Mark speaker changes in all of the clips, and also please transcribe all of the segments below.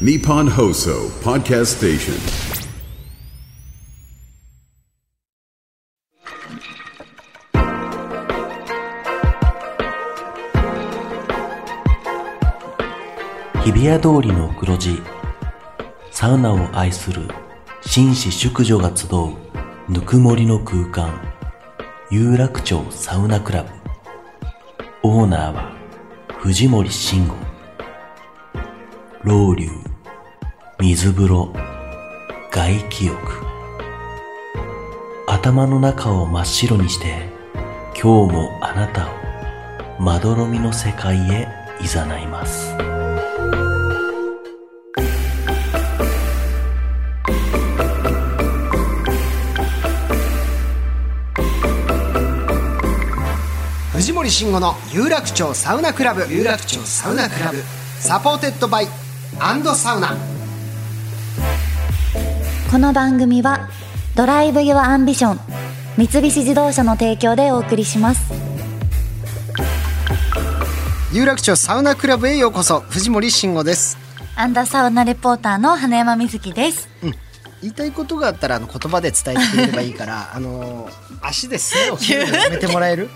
Speaker 1: Nippon Hoso Podcast Station.
Speaker 2: 日比谷通りの黒字サウナを愛する紳士淑女が集うぬくもりの空間有楽町サウナクラブオーナーは藤森慎吾老流水風呂外気浴頭の中を真っ白にして今日もあなたをまどろみの世界へ誘います
Speaker 3: 藤森慎吾の有楽町サウナクラブ有楽町サウナクラブサポーテッドバイアンドサウナ
Speaker 4: この番組はドライブ・ユア・アンビション三菱自動車の提供でお送りします
Speaker 3: 有楽町サウナクラブへようこそ藤森慎吾です
Speaker 4: アンダーサウナレポーターの花山瑞希です
Speaker 3: 言いたいことがあったらあの言葉で伝えてくれればいいから あの足でスネを蹴るのやめてもら える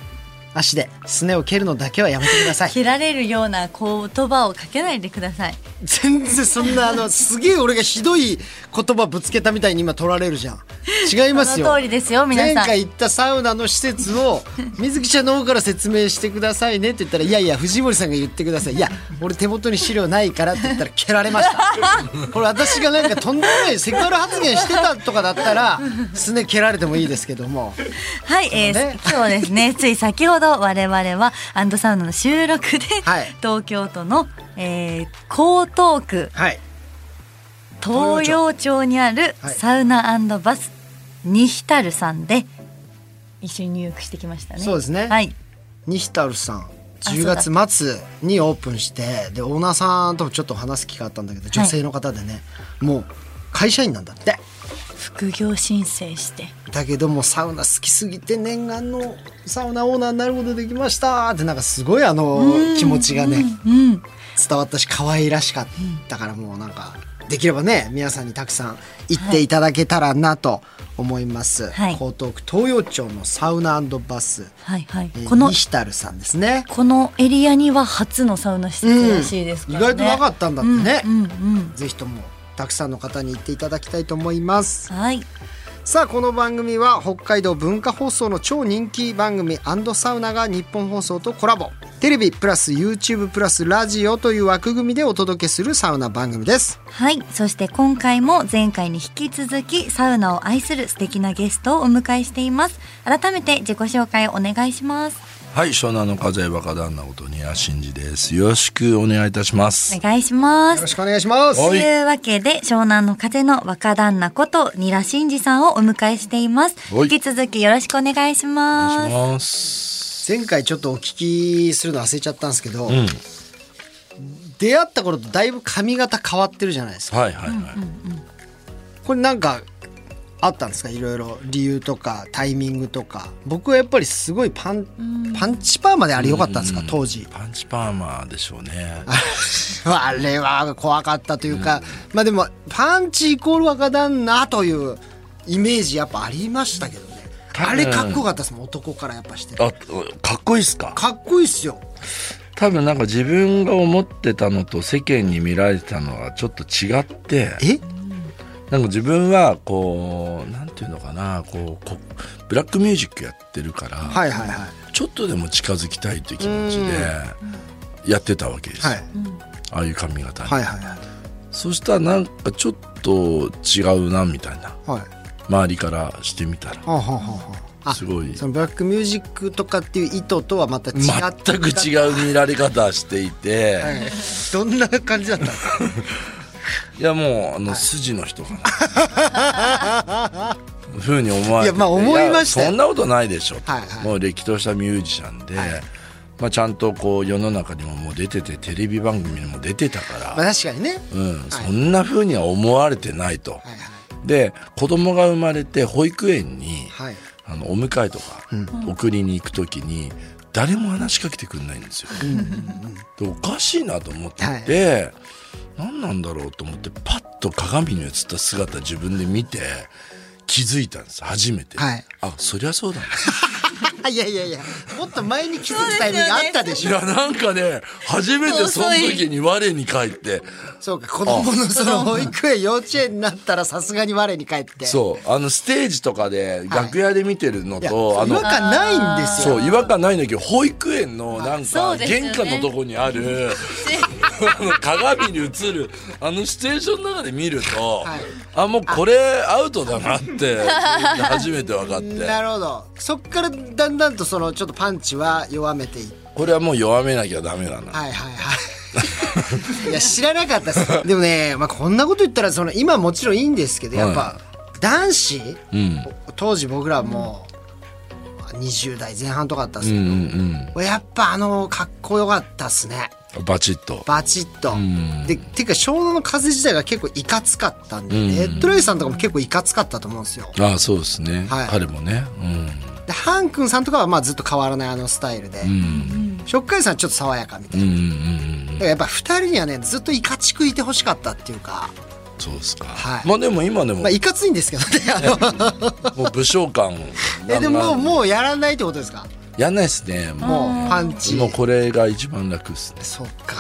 Speaker 3: 足ですねを蹴るのだけはやめてください
Speaker 4: 切られるような言葉をかけないでください
Speaker 3: 全然そんなあのすげえ俺がひどい言葉ぶつけたみたいに今取られるじゃん違いますよ
Speaker 4: その通りですよ皆さん
Speaker 3: 前回行ったサウナの施設を水木ちゃんの方から説明してくださいねって言ったらいやいや藤森さんが言ってくださいいや俺手元に資料ないからって言ったら蹴られました これ私がなんかとんでもないセクハラ発言してたとかだったらすね蹴られてもいいですけども
Speaker 4: はい、えー
Speaker 3: そうね
Speaker 4: 今日はです ねつい先ほど我々はアンドサウナの収録で、
Speaker 3: はい
Speaker 4: 東京都の、えー、江東区
Speaker 3: はい
Speaker 4: 東洋町にある
Speaker 3: はい
Speaker 4: サウナバスにひたるさんで一緒に入浴してきましたね
Speaker 3: そうですね
Speaker 4: はい
Speaker 3: 西太郎さん
Speaker 4: そう
Speaker 3: 10
Speaker 4: だ
Speaker 3: 月末にオープンしてでオーナーさんともちょっと話す機会あったんだけど女性の方でね、もう会社員なんだって
Speaker 4: 副業申請して
Speaker 3: だけどもうサウナ好きすぎて念願のサウナオーナーになることできましたってなんかすごいあの気持ちがね
Speaker 4: うん
Speaker 3: 伝わったし可愛らしかったからもうなんかできればね皆さんにたくさん行っていただけたらなと思います、
Speaker 4: はい
Speaker 3: 江東区東洋町のサウナバス、
Speaker 4: はいはい
Speaker 3: えー
Speaker 4: この
Speaker 3: 西太郎さんですね
Speaker 4: このエリアには初のサウナ施設らしいですからね、
Speaker 3: うん意外となかったんだってね
Speaker 4: うんうん
Speaker 3: ぜひともたくさんの方に行っていただきたいと思います
Speaker 4: うんはい
Speaker 3: さあこの番組は北海道文化放送の超人気番組サウナが日本放送とコラボテレビプラス YouTube プラスラジオという枠組みでお届けするサウナ番組です
Speaker 4: はいそして今回も前回に引き続きサウナを愛する素敵なゲストをお迎えしています改めて自己紹介をお願いします
Speaker 5: はい、湘南の風若旦那ことにやしんじです。よろしくお願いいたします。
Speaker 4: お願いしま
Speaker 3: よ
Speaker 4: す
Speaker 3: ろしくお願いします
Speaker 4: というわけで湘南の風の若旦那ことニラ真二さんをお迎えしています
Speaker 5: は
Speaker 4: 引
Speaker 5: い
Speaker 4: き続きよろしくお願いし
Speaker 5: お願
Speaker 4: ま
Speaker 5: い
Speaker 4: す
Speaker 5: します。
Speaker 3: 前回ちょっとお聞きするの忘れちゃったんですけど、出会った頃とだいぶ髪型変わってるじゃないですか
Speaker 5: はいはいはい。
Speaker 3: これなんかあったんですかいろいろ理由とかタイミングとか僕はやっぱりすごいパンパンチパーマであれ良かったんですか当時
Speaker 5: パンチパーマでしょうね。
Speaker 3: あれは怖かったというか、まあでもパンチイコール若旦那というイメージやっぱありましたけどね
Speaker 5: 多分
Speaker 3: あれかっこよかったですもん男からやっぱして
Speaker 5: あ、かっこいいっすか
Speaker 3: かっこいいっすよ
Speaker 5: 多分なんか自分が思ってたのと世間に見られてたのはちょっと違って、
Speaker 3: え
Speaker 5: なんか自分はこう、なんていうのかな、こう、こブラックミュージックやってるから、
Speaker 3: はいはいはい
Speaker 5: ちょっとでも近づきたいという気持ちでやってたわけですよ。
Speaker 3: はい
Speaker 5: ああいう髪型に。
Speaker 3: はいはいはい
Speaker 5: そしたらなんかちょっと違うなみたいな
Speaker 3: はい
Speaker 5: 周りからしてみたら
Speaker 3: はあはあはあはああ
Speaker 5: すごい
Speaker 3: そのブラックミュージックとかっていう意図とはまた違った
Speaker 5: 全く違う見られ方していて、い、
Speaker 3: どんな感じだったんですか
Speaker 5: やもうあの筋の人かな、 ふうに思われてて
Speaker 3: いやまあ思いましたよ
Speaker 5: いやそんなことないでしょと、
Speaker 3: はいはい
Speaker 5: もうれっきとしたミュージシャンで、まあ、ちゃんとこう世の中にももう出ててテレビ番組にも出てたから、
Speaker 3: まあ確かにね
Speaker 5: うんそんなふうには思われてないと、
Speaker 3: はい
Speaker 5: で子供が生まれて保育園に、
Speaker 3: はい
Speaker 5: あのお迎えとか、送りに行く時に誰も話しかけてくんないんですよ。でおかしいなと思ってて、なん何なんだろうと思ってパッと鏡に映った姿自分で見て気づいたんです初めて、
Speaker 3: はい
Speaker 5: あそりゃそうだな
Speaker 3: いやいやいやもっと前に気づくタイミングあったで
Speaker 5: い
Speaker 3: しょ
Speaker 5: やなんかね初めてその時に我に返って
Speaker 3: そうか子供のその保育園幼稚園になったらさすがに我に返って
Speaker 5: そうあのステージとかで楽屋で見てるの
Speaker 3: いや
Speaker 5: と、あ
Speaker 3: 違
Speaker 5: の
Speaker 3: 和感ないんですよ
Speaker 5: そう違和感ないんだけど保育園のなん
Speaker 4: そ
Speaker 5: か
Speaker 4: うですよね
Speaker 5: 玄関のとこにあ るあの鏡に映るあのステーションの中で見ると、
Speaker 3: はい
Speaker 5: あもうこれアウトだなって初めて分かっ
Speaker 3: な
Speaker 5: て
Speaker 3: るほどそっからだんだんとそのちょっとパンチは弱めていって
Speaker 5: これはもう弱めなきゃダメだな、
Speaker 3: はいはい はい。いや知らなかったです。でもね、まあこんなこと言ったらその今もちろんいいんですけど、やっぱ男子、
Speaker 5: うん
Speaker 3: 当時僕らもう20代前半とかだったんです
Speaker 5: う
Speaker 3: け
Speaker 5: ん
Speaker 3: ど、
Speaker 5: うん
Speaker 3: やっぱあのかっこよかったっすね。
Speaker 5: うんバチッと
Speaker 3: バチッと。
Speaker 5: ん
Speaker 3: でていうか湘南の風自体が結構いかつかったんで、
Speaker 5: うん
Speaker 3: ヘッドライスさんとかも結構いかつかったと思うんですよ。
Speaker 5: ああそうですね、
Speaker 3: はい
Speaker 5: 彼もね
Speaker 3: でハン君さんとかはまあずっと変わらないあのスタイルで、
Speaker 5: うんうん
Speaker 3: ショッカイさんはちょっと爽やかみたい
Speaker 5: うんう
Speaker 3: な。
Speaker 5: んうん
Speaker 3: だからやっぱ二人にはねずっといかちくいてほしかったっていうか。
Speaker 5: そうですか、
Speaker 3: はい
Speaker 5: まあでも今でも
Speaker 3: まあ、いかついんですけど ね。あの
Speaker 5: もう武将感を
Speaker 3: え、でも、もう、
Speaker 5: う
Speaker 3: もうやらないってことですか。
Speaker 5: やんないですねもう
Speaker 3: もう、パンチ。
Speaker 5: もうこれが一番楽ですね。
Speaker 3: そっか。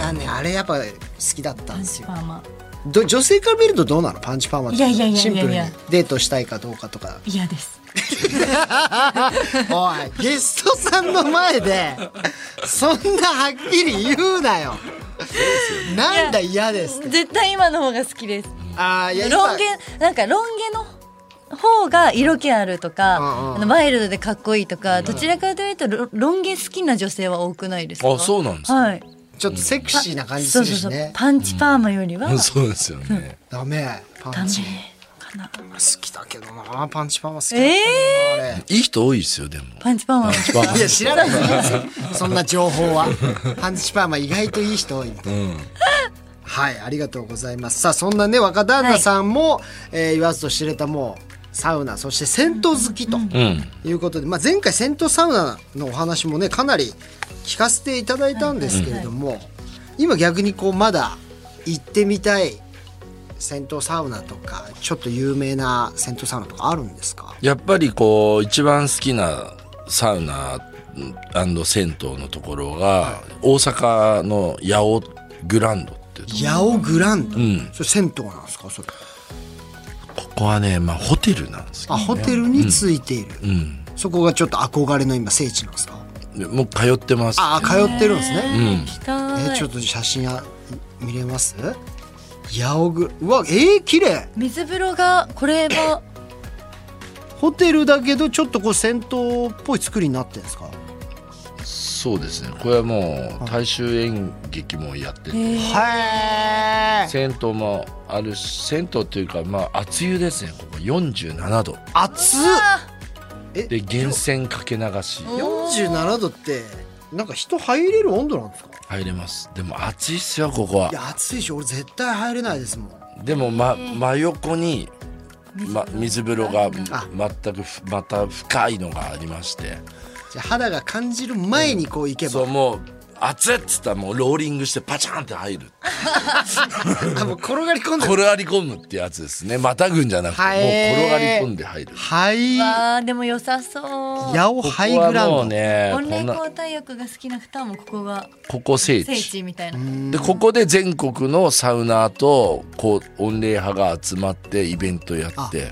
Speaker 3: だね、あれやっぱ好きだったんですよ。
Speaker 4: まあまあ
Speaker 3: ど女性から見るとどうなのパンチパーマって
Speaker 4: いやいやいやいやいや
Speaker 3: シンプルにデートしたいかどうかと か
Speaker 4: 嫌です
Speaker 3: おいゲストさんの前でそんなはっきり言うなよなんだ嫌ですって
Speaker 4: 絶対今の方が好きです
Speaker 3: ああいや今
Speaker 4: ロン毛なんかロン毛の方が色気あるとか、
Speaker 3: うんうん
Speaker 4: あのワイルドでかっこいいとか、どちらかというとロロン毛好きな女性は多くないですか
Speaker 5: あそうなんですね
Speaker 4: はい
Speaker 3: ちょっとセクシーな感じす
Speaker 4: そう
Speaker 3: る
Speaker 4: そう
Speaker 3: し
Speaker 4: そう、
Speaker 3: ね
Speaker 4: パンチパーマよりは、
Speaker 5: そうですよね。
Speaker 3: ダメパン
Speaker 4: ダメ
Speaker 3: チ
Speaker 4: かな
Speaker 3: 好きだけどなパンチパーマ好きだ
Speaker 4: ええ
Speaker 3: あれ
Speaker 5: いい人多いですよでも。
Speaker 4: パンチパーマ
Speaker 3: いや知らないよそんな情報はパンチパーマ意外といい人多いみたいな、はいありがとうございますさあそんなね若旦那さんも、えー言わずと知れたもうサウナそして銭湯好きと
Speaker 5: うん。
Speaker 3: いうことで、まあ、前回銭湯サウナのお話もねかなり聞かせていただいたんですけれども、今逆にこうまだ行ってみたい銭湯サウナとかちょっと有名な銭湯サウナとかあるんですか
Speaker 5: やっぱりこう一番好きなサウナうん銭湯のところが大阪の八尾グランドっていうとこ
Speaker 3: 八尾グランド、
Speaker 5: ん
Speaker 3: それ銭湯なんですかそれ
Speaker 5: ここはねまあホテルなんですけ
Speaker 3: あ
Speaker 5: ど。
Speaker 3: ホテルについている、
Speaker 5: うん。
Speaker 3: そこがちょっと憧れの今聖地なんですか
Speaker 5: でもう通ってます。
Speaker 3: ああ通ってるんですね、
Speaker 5: うん。
Speaker 4: 来た
Speaker 3: えーちょっと写真や見れます八尾ぐうわえー、綺麗
Speaker 4: 水風呂がこれは
Speaker 3: ホテルだけどちょっとこう銭湯っぽい作りになってるんですか
Speaker 5: そうですね。これはもう大衆演劇もやってて。
Speaker 3: へえ
Speaker 5: 銭湯もあるし銭湯というかまあ熱湯ですねここ47度
Speaker 3: 熱っえ
Speaker 5: で源泉かけ流し
Speaker 3: 47度ってなんか人入れる温度なんですか
Speaker 5: 入れますでも暑いっすよここはい
Speaker 3: や暑いでしょ俺絶対入れないですもん
Speaker 5: でも、ま、真横に、ま、水風呂が
Speaker 3: あ
Speaker 5: 全くふまた深いのがありまして
Speaker 3: じゃあ肌が感じる前にこう行けば、
Speaker 5: そうもう熱っつったらもうローリングしてパチャンって入る
Speaker 3: あもう転がり込んでる
Speaker 5: 転がり込むってやつですねまたぐんじゃなくてもう
Speaker 3: はい
Speaker 5: 転がり込んで入る
Speaker 3: はい
Speaker 4: わあでも良さそう
Speaker 3: 八尾ハイグラウンド
Speaker 5: ここはもうね
Speaker 4: 温
Speaker 5: こん
Speaker 4: 冷
Speaker 5: な
Speaker 4: 交代浴が好きな方もここが
Speaker 5: ここ聖
Speaker 4: 聖
Speaker 5: 地
Speaker 4: 地みたいな
Speaker 5: でここで全国のサウナーとこう御礼派が集まってイベントやって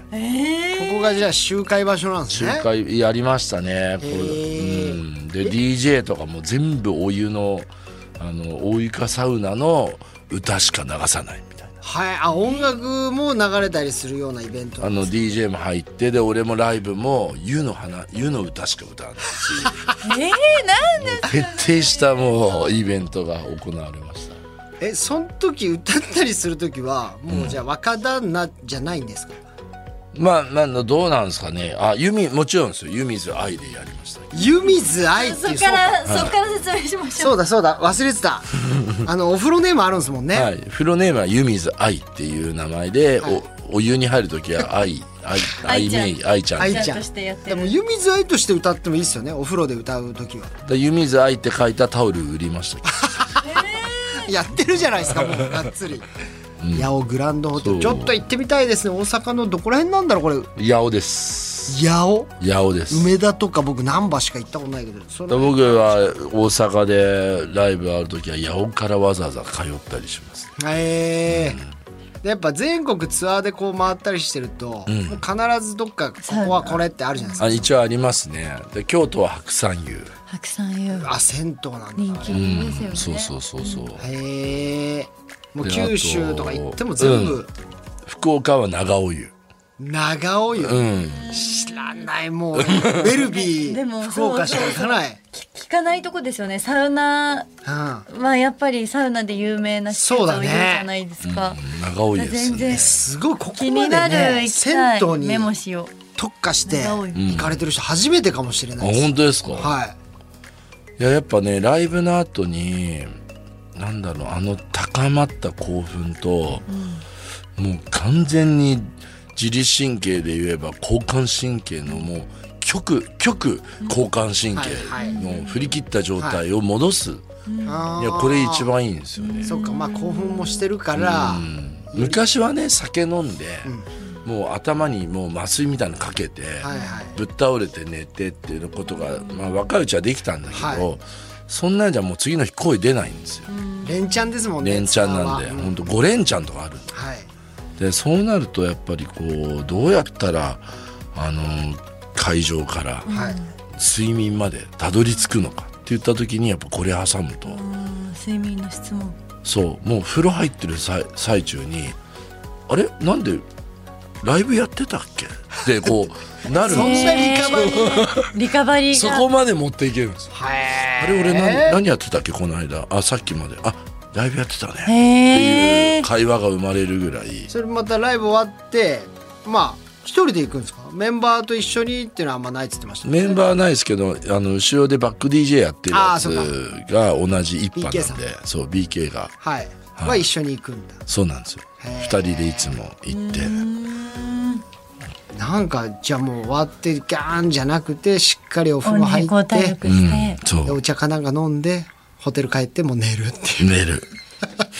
Speaker 3: ここがじゃあ集会場所なんです
Speaker 5: 集
Speaker 3: ね。
Speaker 5: 会やりましたね、これ
Speaker 3: ー
Speaker 5: うん、で DJ とかも全部お湯のあの大床サウナの歌しか流さないみたいな
Speaker 3: はい、あ音楽も流れたりするようなイベント。
Speaker 5: あの DJ も入ってで俺もライブも湯の花湯の歌しか歌わない
Speaker 4: えー、なんで
Speaker 5: 徹底したもうイベントが行われました
Speaker 3: え、その時歌ったりする時はもうじゃあ若旦那じゃないんですか。
Speaker 5: まあ、まあ、どうなんですかねあユミもちろんですよ湯水愛でやりました
Speaker 3: 湯水愛って
Speaker 4: そ
Speaker 3: い
Speaker 4: っ
Speaker 3: う。
Speaker 4: からそっから説明しましょう
Speaker 3: そうだそうだ忘れて た。あのお風呂ネームあるんですもんね。
Speaker 5: はい、フロネームは湯水愛っていう名前で、おお湯に入る時は愛愛愛
Speaker 4: 愛ちゃん
Speaker 5: めい愛ちゃん
Speaker 3: 愛
Speaker 4: ち
Speaker 3: ち
Speaker 4: ゃ
Speaker 3: ゃ
Speaker 4: ん
Speaker 3: ん
Speaker 4: としてやって
Speaker 3: で
Speaker 4: る
Speaker 3: も湯水愛として歌ってもいいですよね。お風呂で歌う時は。
Speaker 5: で湯水愛って書いたタオル売りましたけど
Speaker 3: やってるじゃないですかもうがっつ り。八尾グランドホテ
Speaker 5: そ
Speaker 3: ル
Speaker 5: う
Speaker 3: ちょっと行ってみたいですね大阪のどこら辺なんだろうこれ
Speaker 5: 八尾です
Speaker 3: 八尾
Speaker 5: 八尾です
Speaker 3: 梅田とか僕難波しか行ったことないけどその
Speaker 5: 僕は大阪でライブある時は八尾からわざわざ通ったりします
Speaker 3: へえでやっぱ全国ツアーでこう回ったりしてると、もう必ずどっかここはこれってあるじゃないですか
Speaker 5: あ一応ありますねで京都は白山湯
Speaker 4: 白山湯
Speaker 3: あ銭湯なんだ
Speaker 4: 人気ですよね、
Speaker 5: そうそうそうそう、
Speaker 3: へえもう
Speaker 5: で
Speaker 3: 九州とか行っても全部
Speaker 5: 福岡は長尾湯
Speaker 3: 長尾湯、
Speaker 5: うん
Speaker 3: 知らないもうウェルビ
Speaker 4: でも
Speaker 3: ー福岡しか行かない、
Speaker 4: 聞かないとこですよねサウナ
Speaker 3: うん、
Speaker 4: はやっぱりサウナで有名な施設
Speaker 3: そうだ
Speaker 4: 多い
Speaker 3: ね
Speaker 4: じゃないですか、
Speaker 5: 長尾湯です
Speaker 4: 全然
Speaker 5: ね
Speaker 3: すごいここ
Speaker 4: 気に
Speaker 3: ま
Speaker 4: な
Speaker 3: で
Speaker 4: る
Speaker 3: ね
Speaker 4: 行きた
Speaker 3: 銭
Speaker 4: い
Speaker 3: 湯
Speaker 4: メモ
Speaker 3: に
Speaker 4: しよ
Speaker 3: 特化して
Speaker 4: 長尾湯
Speaker 3: 行かれてる人初めてかもしれ
Speaker 5: あ
Speaker 3: ないです、
Speaker 5: 本当ですか、
Speaker 3: はい
Speaker 5: いややっぱねライブの後になんだろうあの高まった興奮と、もう完全に自律神経で言えば交感神経のもう極極交感神経
Speaker 3: はい
Speaker 5: の振り切った状態を戻す、い
Speaker 3: あー
Speaker 5: やこれ一番いいんですよね、
Speaker 3: そうかまあ興奮もしてるから
Speaker 5: 昔はね酒飲んで、もう頭にもう麻酔みたいなのかけて、
Speaker 3: はいはい
Speaker 5: ぶっ倒れて寝てっていうことが、まあ、若いうちはできたんだけど、
Speaker 3: はい
Speaker 5: そんなんじゃもう次の日声出ないんですよ、
Speaker 3: 連チャンですもんね
Speaker 5: 連チャンなんで、
Speaker 3: ツアーは
Speaker 5: ほんと5連チャンとかある
Speaker 3: はい
Speaker 5: でそうなるとやっぱりこうどうやったらあの会場から
Speaker 3: はい
Speaker 5: 睡眠までたどり着くのかって言った時にやっぱこれ挟むと、
Speaker 4: う睡眠の質問
Speaker 5: そうもう風呂入ってる最最中にあれなんでライブやってたっけってこ うなる
Speaker 3: そん
Speaker 5: の
Speaker 3: なリカバリー
Speaker 4: リカバリー
Speaker 5: そ
Speaker 4: が
Speaker 5: こまで持っていけるんですよあれ俺何,、何やってたっけこの間あさっきまであライブやってたねって
Speaker 4: へ
Speaker 5: い
Speaker 4: え
Speaker 5: う会話が生まれるぐらい
Speaker 3: それまたライブ終わってまあ一人で行くんですかメンバーと一緒にっていうのはあんまないっつってましたね
Speaker 5: メンバーないですけどあの後ろでバック DJ やってる
Speaker 3: あ
Speaker 5: や
Speaker 3: ー
Speaker 5: つ
Speaker 3: そうか
Speaker 5: が同じ一派
Speaker 3: BK
Speaker 5: な
Speaker 3: さ
Speaker 5: ん
Speaker 3: ん
Speaker 5: でそう BK が
Speaker 3: はいは一緒に行くんだ
Speaker 5: そうなんですよ2人でいつも行って
Speaker 3: なんかじゃあもう終わってギャーンじゃなくてしっかりお風呂
Speaker 4: 音
Speaker 3: 入
Speaker 4: にこう
Speaker 3: っ
Speaker 4: 体
Speaker 3: て
Speaker 4: 力して、
Speaker 5: そ
Speaker 3: で
Speaker 5: う
Speaker 3: お茶かなんか飲んでホテル帰ってもう寝るっていう
Speaker 5: 寝る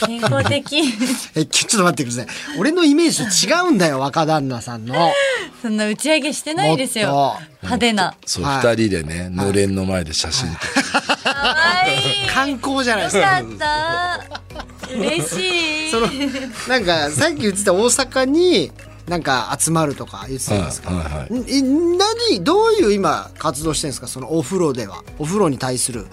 Speaker 4: 健康的
Speaker 3: えちょちょっと待ってください俺のイメージと違うんだよ若旦那 さんの
Speaker 4: そんな打ち上げしてないです
Speaker 3: も
Speaker 4: よ
Speaker 3: っと
Speaker 4: 派手な
Speaker 5: そう
Speaker 3: はい
Speaker 5: 2人でねのれんの前で写真撮って
Speaker 3: 観光じゃないです
Speaker 4: よ
Speaker 3: か
Speaker 4: かった嬉しい
Speaker 3: そのなんかさっき言ってた大阪になんか集まるとか言ってたんですか、
Speaker 5: はいはい
Speaker 3: んえ何どういう今活動してるんですかそのお風呂ではお風呂に対する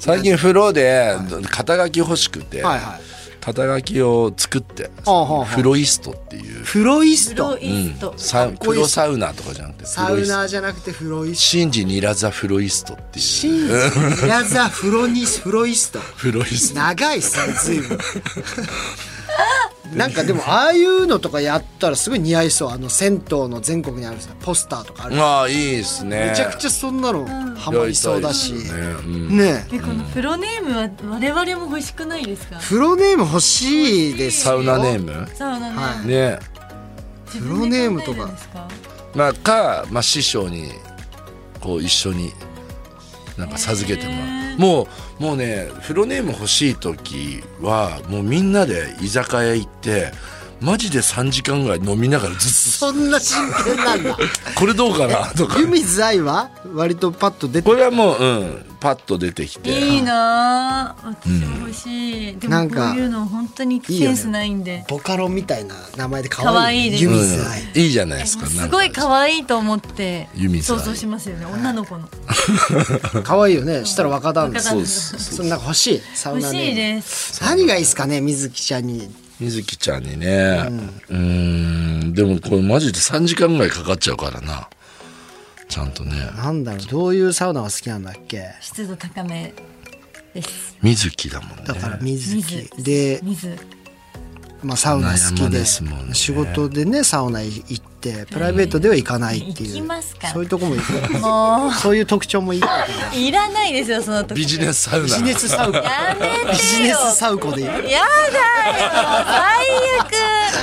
Speaker 5: 最近風呂で肩書き欲しくて
Speaker 3: はいはい
Speaker 5: 肩書きを作って
Speaker 3: あはあはあ
Speaker 5: フロイストっていう
Speaker 3: フロイス
Speaker 4: プロ
Speaker 3: ト
Speaker 4: イスト、
Speaker 5: サウ
Speaker 3: っこ
Speaker 5: プ
Speaker 3: いいっ
Speaker 5: ロ
Speaker 3: す
Speaker 5: サウナとかじゃなくてフ
Speaker 3: サ
Speaker 5: ロ
Speaker 3: ウ
Speaker 5: イス
Speaker 3: ナー
Speaker 5: ト
Speaker 3: じゃなくてフロイス
Speaker 5: シンジニラザフロイストっていう
Speaker 3: トいやザフロニスフロイスト
Speaker 5: フロイスト
Speaker 3: 長いっすね随 分なんかでもああいうのとかやったらすごい似合いそうあの銭湯の全国にあるんですよポスターとかある
Speaker 5: まあいいですね
Speaker 3: めちゃくちゃそんなのハマりそうだし
Speaker 5: やりたいですよねうん
Speaker 3: ねえ
Speaker 4: でこのプロネームは我々も欲しくないですか
Speaker 3: プロネーム欲しいです
Speaker 5: サ
Speaker 3: よ
Speaker 5: ウナネーム
Speaker 4: サウナの、
Speaker 3: は
Speaker 5: ね
Speaker 4: 自分で考えるんですか
Speaker 5: まあか、まあ、師匠にこう一緒になんか授けてもらうもうもうねフロネーム欲しい時はもうみんなで居酒屋行ってマジで3時間ぐらい飲みながらずっ
Speaker 3: そんな真剣なん だ
Speaker 5: とこれどうか なとか
Speaker 3: 湯水愛は割とパッと出て
Speaker 5: これはもううんパッと出てきて
Speaker 4: いいなあ私欲しい、で
Speaker 3: な
Speaker 4: も
Speaker 3: ん
Speaker 4: こ
Speaker 3: か
Speaker 4: ういうの本当に
Speaker 3: いいよ
Speaker 4: セ
Speaker 3: ね
Speaker 4: ンスないんで
Speaker 3: ボカロみたいな名前で
Speaker 4: 可
Speaker 3: 可愛
Speaker 4: 愛
Speaker 3: い
Speaker 4: いです
Speaker 3: 湯
Speaker 5: うん
Speaker 3: 水愛、
Speaker 5: いいじゃないですか
Speaker 4: すごい
Speaker 5: わ
Speaker 4: 可愛いと思って
Speaker 5: ユミさん
Speaker 4: 想像しますよね女の子の
Speaker 3: 可愛いよねしたら若旦那
Speaker 4: 若
Speaker 3: そ
Speaker 4: 旦
Speaker 5: そ
Speaker 4: 那さん
Speaker 5: うです
Speaker 3: んなんか欲しいサウ
Speaker 4: 欲
Speaker 3: ナ
Speaker 4: しい
Speaker 3: ね
Speaker 4: です
Speaker 3: 何がいいですかね水木ちゃんに
Speaker 5: 水木ちゃんにねうんんでもこれマジで3時間ぐらいかかっちゃうからなちゃんとね
Speaker 3: なんだろうどういうサウナが好きなんだっけ
Speaker 4: 湿度高めです
Speaker 5: 水木だもんね
Speaker 3: だから水木
Speaker 4: 水
Speaker 3: で、
Speaker 4: 水
Speaker 3: まあ、サウナ好き
Speaker 5: 悩ま
Speaker 3: で
Speaker 5: ですもんね
Speaker 3: 仕事でねサウナ行ってプライベートでは行かないっていう、
Speaker 4: 行きますか
Speaker 3: そういうとこも行く
Speaker 4: もう
Speaker 3: そういう特徴 もいいからね
Speaker 4: いらないですよその時
Speaker 5: ビジネスサウナ
Speaker 3: ビジネスサウコ
Speaker 4: やめてよ
Speaker 3: ビジネスサウコでいい
Speaker 4: やだよ最悪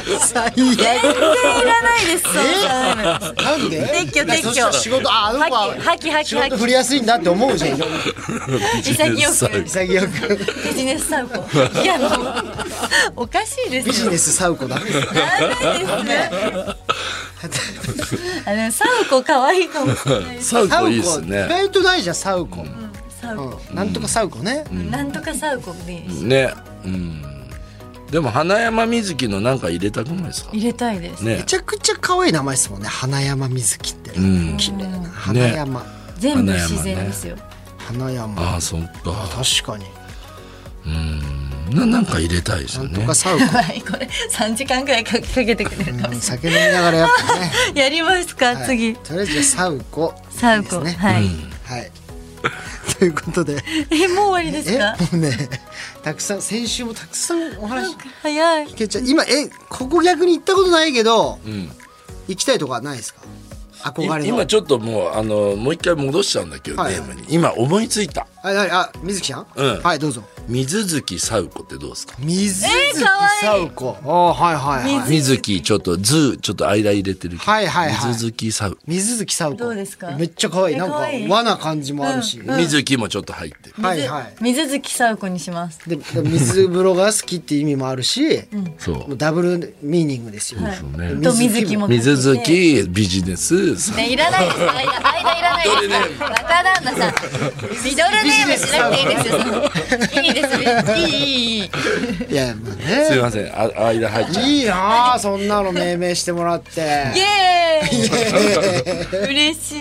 Speaker 3: 最
Speaker 4: 全
Speaker 3: 悪。
Speaker 4: 然いらないですそんなの
Speaker 3: なんで
Speaker 4: 撤去撤去
Speaker 3: いやそしたら仕事、あ、あの子は
Speaker 4: はきはきはき
Speaker 3: 仕事振りやすいんだって思うじゃん。
Speaker 4: 潔く
Speaker 3: 潔く。
Speaker 4: ビジネスサウコいやもうおかしいですよ
Speaker 3: ビジネスサウコだ。
Speaker 4: ダメですねあのサウコ可愛いかもしれないです
Speaker 5: サウ
Speaker 3: サウ
Speaker 5: コ
Speaker 3: コ、
Speaker 5: いいです
Speaker 3: 意
Speaker 5: ね
Speaker 3: 外とないじゃん、サウコ。
Speaker 4: サウコ
Speaker 3: うんなんとかサウコね。
Speaker 4: なんとかサウコでいいです
Speaker 5: ねうんでも花山瑞希のなんか入れたくないですか
Speaker 4: 入れたいです
Speaker 5: ね
Speaker 3: めちゃくちゃ可愛い名前ですもんね。花山瑞希って。
Speaker 5: うん
Speaker 3: 綺麗な。花山。
Speaker 4: 全部自然ですよ
Speaker 3: 花
Speaker 5: あ
Speaker 3: 山
Speaker 5: あ。そっか
Speaker 3: 確かに。
Speaker 5: ななんか入れたいです
Speaker 3: な
Speaker 5: よ
Speaker 3: んと
Speaker 5: ね
Speaker 3: かサウコ。
Speaker 4: はいこれ三時間くらいかけてくれるかも
Speaker 3: うん酒飲みながらやっぱね。
Speaker 4: やりますか、
Speaker 3: はい
Speaker 4: 次
Speaker 3: とりあえずじゃあサウコ。
Speaker 4: サウコ、
Speaker 3: いいですね
Speaker 4: はい、
Speaker 3: はい。ということで。
Speaker 4: えもう終わりです
Speaker 3: えも
Speaker 4: か
Speaker 3: うねたくさん先週もたくさんお話
Speaker 4: 早い
Speaker 3: 聞けちゃう今えここ逆に行ったことないけど、行きたいとこはないですか憧れの
Speaker 5: い今ちょっともうあのもう一回戻しちゃうんだけど、
Speaker 3: はい
Speaker 5: ゲームに今思いついた
Speaker 3: あああ水木ちゃん、
Speaker 5: うん
Speaker 3: はいどうぞ
Speaker 5: 水月サウコってどうですか
Speaker 3: 水
Speaker 4: え
Speaker 3: 木
Speaker 4: ーかわいい
Speaker 3: さうこああはいはいはい
Speaker 5: 水月ちょっとズーちょっと間入れてるけど、
Speaker 3: はいはいはい
Speaker 5: 水月サウコ
Speaker 3: 水月さうこ
Speaker 4: どうですか
Speaker 3: めっちゃ可愛い
Speaker 4: え
Speaker 3: なん
Speaker 4: 可
Speaker 3: か
Speaker 4: 愛い
Speaker 3: 和な感じもあるし、
Speaker 5: 水木もちょっと入ってる
Speaker 3: はいはい
Speaker 4: 水月サウコにします
Speaker 3: で水風呂が好きって意味もあるし、
Speaker 5: そう
Speaker 3: もうダブルミーニングですよ、ね
Speaker 5: そうね
Speaker 4: と水木も
Speaker 5: 水月ビジネスサウコ
Speaker 4: ねいらないです間いらないです若旦那さんミドルネームしなくていいですよそのいいですいいいいいい
Speaker 3: いやまあ
Speaker 5: すい
Speaker 3: ね
Speaker 5: ませんあ間入っちゃう
Speaker 3: いいなあそんなの命名してもらって
Speaker 4: イエーイ嬉し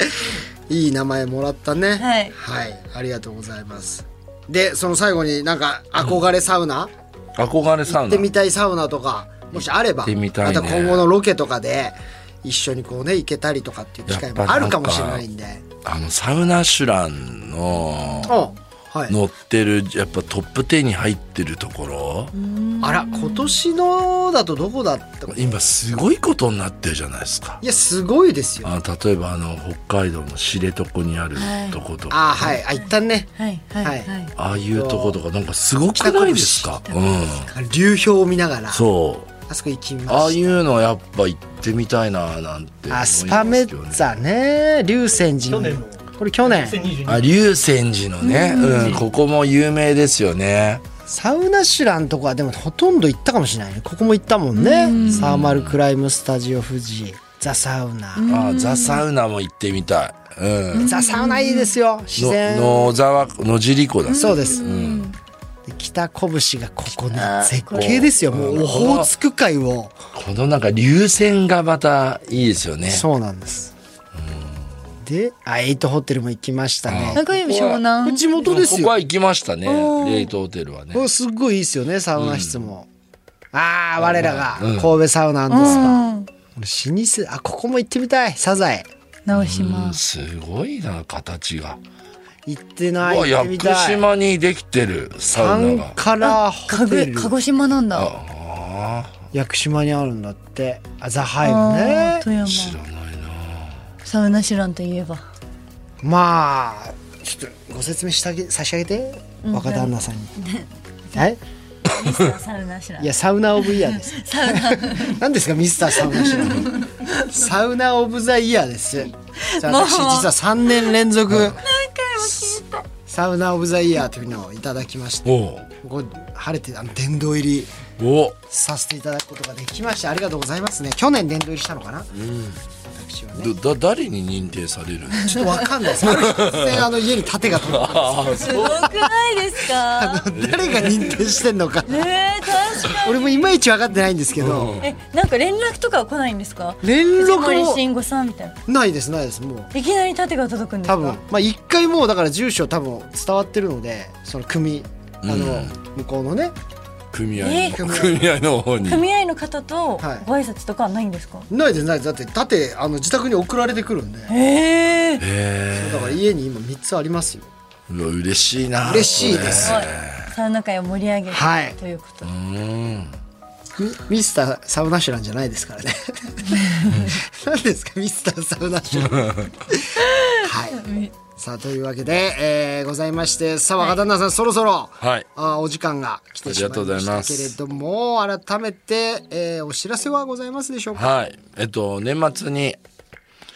Speaker 4: い
Speaker 3: いい名前もらったね。
Speaker 4: はい
Speaker 3: ありがとうございます。で、その最後になんか憧れサウナ、
Speaker 5: 憧れサウ
Speaker 3: 行っ
Speaker 5: ナ
Speaker 3: てみたいサウナとか、もしあれば、
Speaker 5: 行ってみたいね
Speaker 3: また今後のロケとかで、一緒にこうね、行けたりとかっていう機会もあるかもしれないんで。
Speaker 5: あのサウナシュランの
Speaker 3: おはい。
Speaker 5: 乗ってるやっぱトップ10に入ってるところ
Speaker 3: あら、今年のだとどこだったい
Speaker 5: 今すごいことになってるじゃないですか
Speaker 3: や、すごいですよ。
Speaker 5: あ例えばあの北海道の知床にある
Speaker 4: はい
Speaker 5: とことか、
Speaker 3: ああ、はい。あ、一旦ね、
Speaker 4: はいはい
Speaker 3: はい
Speaker 4: はい
Speaker 5: ああいうとことかなんかすごくないですかうん
Speaker 3: 流氷を見ながら、
Speaker 5: そう
Speaker 3: あそこ行きました。
Speaker 5: ああいうのやっぱ行ってみたいななんて思いま
Speaker 3: あ、
Speaker 5: す
Speaker 3: ス
Speaker 5: けど
Speaker 3: パ
Speaker 5: ね
Speaker 3: メッツァね、竜泉寺。これ去年。
Speaker 5: あ竜泉寺のね、うん、ここも有名ですよね
Speaker 3: サウナシュランとこはでもほとんど行ったかもしれないねここも行ったもんねサーマルクライムスタジオ富士ザサウナ
Speaker 5: あザ・サウナも行ってみたい、うん、
Speaker 3: ザサウナいいですよ自然
Speaker 5: の野沢野尻湖だ
Speaker 3: そう
Speaker 5: で
Speaker 3: ですで北拳がここね絶景ですよもうオホーツク海を
Speaker 5: このなんか流線がまたいいですよね
Speaker 3: そうなんですであエイトホテルも行きましたね
Speaker 4: 中指湘
Speaker 3: これ
Speaker 4: 南
Speaker 3: 地元です
Speaker 5: ここ
Speaker 3: よ
Speaker 5: は行きましたねレイトホテルはね
Speaker 3: これすっごいいいですよねサウナ室もああ我らが神戸サウナなんですか老舗あここも行ってみたいサザエ
Speaker 4: 直し
Speaker 5: うん
Speaker 4: ます
Speaker 5: すごいな形が
Speaker 3: 行って
Speaker 5: う
Speaker 3: な
Speaker 5: わ
Speaker 3: い行っ
Speaker 5: 屋
Speaker 3: てみ
Speaker 5: 久
Speaker 3: たい
Speaker 5: 島にできてるサ
Speaker 3: サ
Speaker 5: ウ
Speaker 3: ン
Speaker 5: ナが
Speaker 3: カラーホ
Speaker 4: か
Speaker 3: テ
Speaker 4: ぐ
Speaker 3: ル
Speaker 4: 鹿児島なんだ
Speaker 3: 屋久島にあるんだってあザハイムね
Speaker 4: 富山
Speaker 5: 知らないな
Speaker 4: サウナシュランといえば
Speaker 3: まあちょっとご説明したげ差し上げて、若旦那さんにはい
Speaker 4: ミスターサウナシュラン
Speaker 3: いやサウナオブイヤーです
Speaker 4: サウナ
Speaker 3: 何ですかミスターサウナシュ ランサウナオブザイヤーですさあ
Speaker 4: もう
Speaker 3: 私実は3年連続何回も聞いたサウナオブザイヤーというのをいただきまして
Speaker 5: おう
Speaker 3: ここ晴れてあの殿堂入り
Speaker 5: お
Speaker 3: させていただくことができましてありがとうございますね去年殿堂入りしたのかな、私はね
Speaker 5: だだ誰に認定され るんです
Speaker 3: ちょっとわかんないです。あの突然あの家に盾が飛んだ。
Speaker 4: すごくないですか
Speaker 3: 誰が認定してんのか。
Speaker 4: えー、確かに
Speaker 3: 俺もいまいち分かってないんですけど。
Speaker 4: えなんか連絡とかは来ないんですか
Speaker 3: 連
Speaker 4: 藤
Speaker 3: 絡
Speaker 4: 森
Speaker 3: も
Speaker 4: 慎吾さんみたいな
Speaker 3: ないですないですもう。
Speaker 4: いきなり盾が届くんですか
Speaker 3: 多分まあ一回もうだから住所多分伝わってるのでその組あの向こうのね
Speaker 5: 組合
Speaker 4: え
Speaker 5: の組合の方に
Speaker 4: 組合の方とご
Speaker 3: はい
Speaker 4: 挨拶とかはないんですか、
Speaker 3: ないですないですだって盾あの自宅に送られてくるんで。
Speaker 4: ええ
Speaker 5: え
Speaker 3: だから家に今三つありますよ。
Speaker 5: えうわ嬉しいな
Speaker 3: 嬉しいです
Speaker 4: すごいサウナ界を盛り上げる、
Speaker 3: はい
Speaker 4: ということで
Speaker 5: それうん
Speaker 3: ミミスターサウナシュランじゃないですからね。何ですかミスターサウナシュラン。はい。さあというわけで、えーございましてさあ若旦那さん、そろそろ、
Speaker 5: はい
Speaker 3: あーお時間が来てしまい
Speaker 5: ありがとう
Speaker 3: ま
Speaker 5: ご
Speaker 3: し
Speaker 5: ざい
Speaker 3: た
Speaker 5: ま
Speaker 3: け
Speaker 5: す
Speaker 3: れども改めて、えーお知らせはございますでしょうか
Speaker 5: はい。えっと、年末に、えー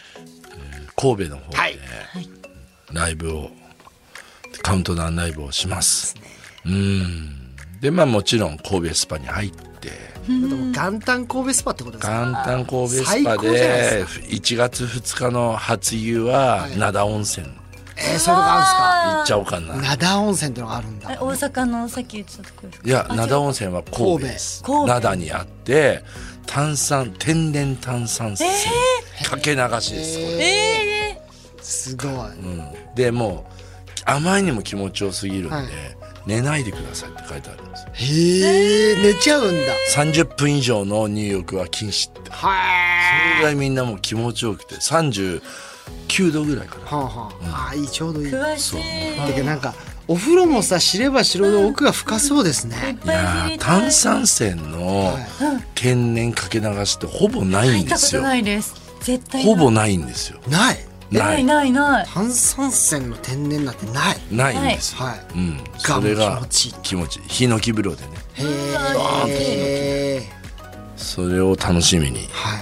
Speaker 5: 神戸の方で、
Speaker 3: はい
Speaker 5: ライブを、カウントダウンライブをします。うん。で、まあもちろん神戸スパに入って、
Speaker 3: でも元旦神戸スパってことですか
Speaker 5: 元旦神戸ス
Speaker 3: 最
Speaker 5: パ
Speaker 3: 高じゃない
Speaker 5: で、
Speaker 3: で
Speaker 5: 1月2日の初湯は、灘温泉
Speaker 3: えー、そういうとこあ
Speaker 5: 行っちゃおうかな。
Speaker 3: るんですか灘温泉ってのがあるん
Speaker 6: あれ
Speaker 3: だ
Speaker 6: 大阪のさっき言ってたとこですか
Speaker 5: いや、灘温泉は神戸です。
Speaker 6: 神戸
Speaker 5: 灘にあって、炭酸、天然炭酸泉、かけ流しです、これ。
Speaker 3: すごい、
Speaker 5: でもうあまりにも気持ちよすぎるんで、
Speaker 3: はい
Speaker 5: 寝ないでくださいって書いてあるんですよ
Speaker 3: へえ寝ちゃうんだ
Speaker 5: 30分以上の入浴は禁止っ
Speaker 3: は
Speaker 5: て
Speaker 3: い
Speaker 5: それぐらいみんなもう気持ちよくて39度ぐらいかな
Speaker 3: はあはあ、あーいいちょうどいいだ
Speaker 6: 詳しいい
Speaker 3: けどなんかお風呂もさ知れば知るほど奥が深そうですね、
Speaker 6: っ
Speaker 5: い
Speaker 6: ぱ
Speaker 5: や
Speaker 6: い知り
Speaker 5: ー
Speaker 6: たい
Speaker 5: 炭酸泉の天然かけ流しってほぼないん
Speaker 6: 行っ
Speaker 5: で
Speaker 6: たこ
Speaker 5: す
Speaker 6: と
Speaker 5: よ
Speaker 6: ないです絶対
Speaker 5: ほぼないんですよ
Speaker 3: ない
Speaker 6: な
Speaker 5: ないい
Speaker 6: ないない
Speaker 3: 炭酸泉の天然なんてない
Speaker 5: ないんですよ、
Speaker 3: はい
Speaker 5: うんそれ
Speaker 3: が
Speaker 5: が
Speaker 3: も気持ちいい
Speaker 5: 気持ちいいヒノキ風呂でね
Speaker 3: へえ
Speaker 5: それを楽しみに
Speaker 3: はい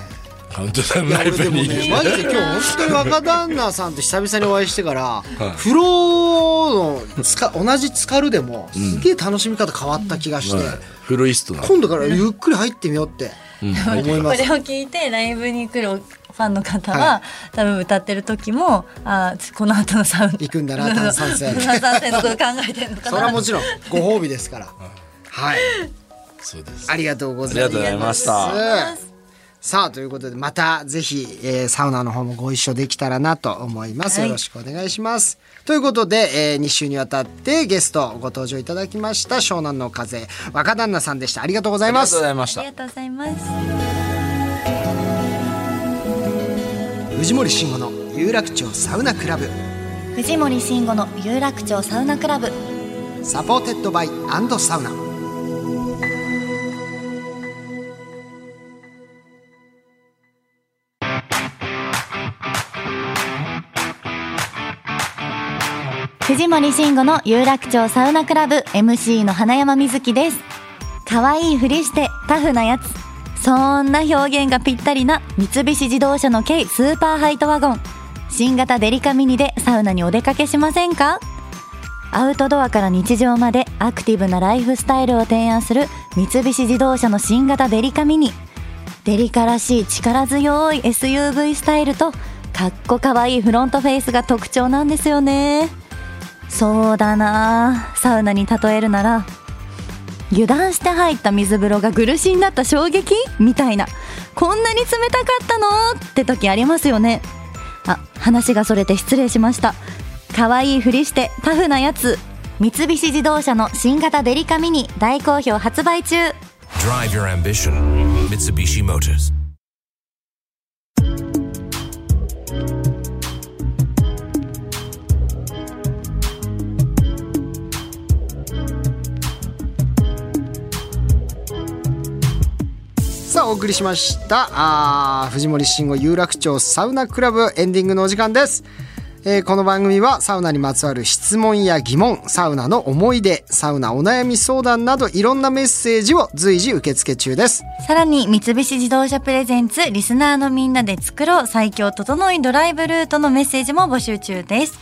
Speaker 5: カウントダウン
Speaker 3: いや
Speaker 5: ライ
Speaker 3: 俺で
Speaker 5: ブ
Speaker 3: も
Speaker 5: に
Speaker 3: ねマジで今日本当に若旦那さんと久々にお会いして から、風呂のつか同じ浸かるでもすげえ楽しみ方変わった気がして、
Speaker 5: はいフルイストなんで
Speaker 3: 今度からゆっくり入ってみようって思い
Speaker 6: こ
Speaker 3: ま
Speaker 6: れ
Speaker 3: す、
Speaker 6: を聞いてライブに来るファンの方は、多分歌ってる時もあーこの後のサウンド
Speaker 3: 行くんだ な炭酸泉
Speaker 6: 炭酸泉のこと考えてる のか
Speaker 3: それは
Speaker 6: な
Speaker 3: もちろん ご褒美ですからはい
Speaker 5: そうです
Speaker 3: ありがとうご
Speaker 5: あり
Speaker 3: ざ
Speaker 5: が
Speaker 3: い
Speaker 5: とうござい
Speaker 3: ま
Speaker 5: ました
Speaker 3: すさあということでまたぜひ、えーサウナの方もご一緒できたらなと思います、よろしくお願いしますということで、え2週にわたってゲストご登場いただきました湘南の風若旦那さんでしたありがとうございます
Speaker 5: ありがとうございました
Speaker 6: ありがとうございます
Speaker 3: 藤森慎吾の有楽町サウナクラブ
Speaker 4: 藤森慎吾の有楽町サウナクラブ
Speaker 3: サポーテッドバイサウナ
Speaker 4: 藤森慎吾の有楽町サウナクラブ MC の花山瑞希です可愛いふりしてタフなやつそんな表現がぴったりな三菱自動車の軽スーパーハイトワゴン新型デリカミニでサウナにお出かけしませんかアウトドアから日常までアクティブなライフスタイルを提案する三菱自動車の新型デリカミニデリカらしい力強い SUV スタイルとかっこかわいいフロントフェイスが特徴なんですよねそうだなあサウナに例えるなら油断して入った水風呂が苦しになった衝撃みたいなこんなに冷たかったのって時ありますよねあ話がそれて失礼しました可愛いふりしてタフなやつ三菱自動車の新型デリカミニ大好評発売中
Speaker 7: Drive your ambition. Mitsubishi Motors.
Speaker 3: さあお送りしましたあー藤森慎吾有楽町サウナクラブエンディングのお時間です、えーこの番組はサウナにまつわる質問や疑問サウナの思い出サウナお悩み相談などいろんなメッセージを随時受付中です
Speaker 6: さらに三菱自動車プレゼンツリスナーのみんなで作ろう最強整いドライブルートのメッセージも募集中です。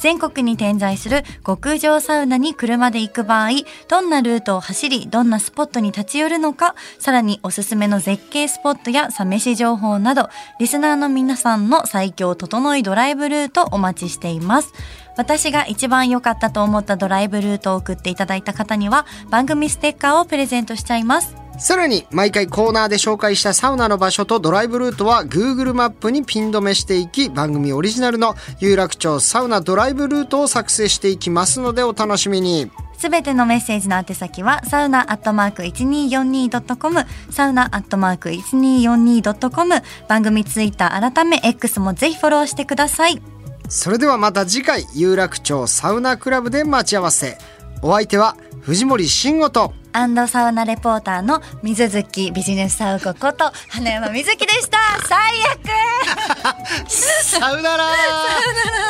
Speaker 6: 全国に点在する極上サウナに車で行く場合、どんなルートを走り、どんなスポットに立ち寄るのか、さらにおすすめの絶景スポットやサ飯情報など、リスナーの皆さんの最強整いドライブルートお待ちしています。私が一番良かったと思ったドライブルートを送っていただいた方には、番組ステッカーをプレゼントしちゃいます。
Speaker 3: さらに毎回コーナーで紹介したサウナの場所とドライブルートは Google マップにピン止めしていき番組オリジナルの有楽町サウナドライブルートを作成していきますのでお楽しみに
Speaker 6: すべてのメッセージの宛先はサウナアットマーク 1242.com サウナアットマーク 1242.com 番組ツイッター改め X もぜひフォローしてください
Speaker 3: それではまた次回有楽町サウナクラブで待ち合わせお相手は藤森慎吾と
Speaker 6: アンドサウナレポーターの水月ビジネスサウコこと花山水月でした。最悪
Speaker 3: さよなら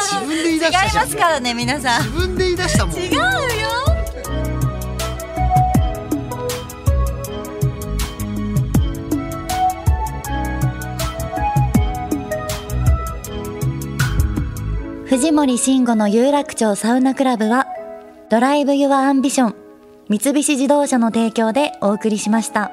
Speaker 3: 自分で言い出
Speaker 6: 違い
Speaker 3: したじゃ
Speaker 6: ま
Speaker 3: ん
Speaker 6: すからね、皆さん。
Speaker 3: 自分で言い出したもん
Speaker 6: 違うよ。
Speaker 4: 藤森慎吾の有楽町サウナクラブは、ドライブ・ユア・アンビション、三菱自動車の提供でお送りしました。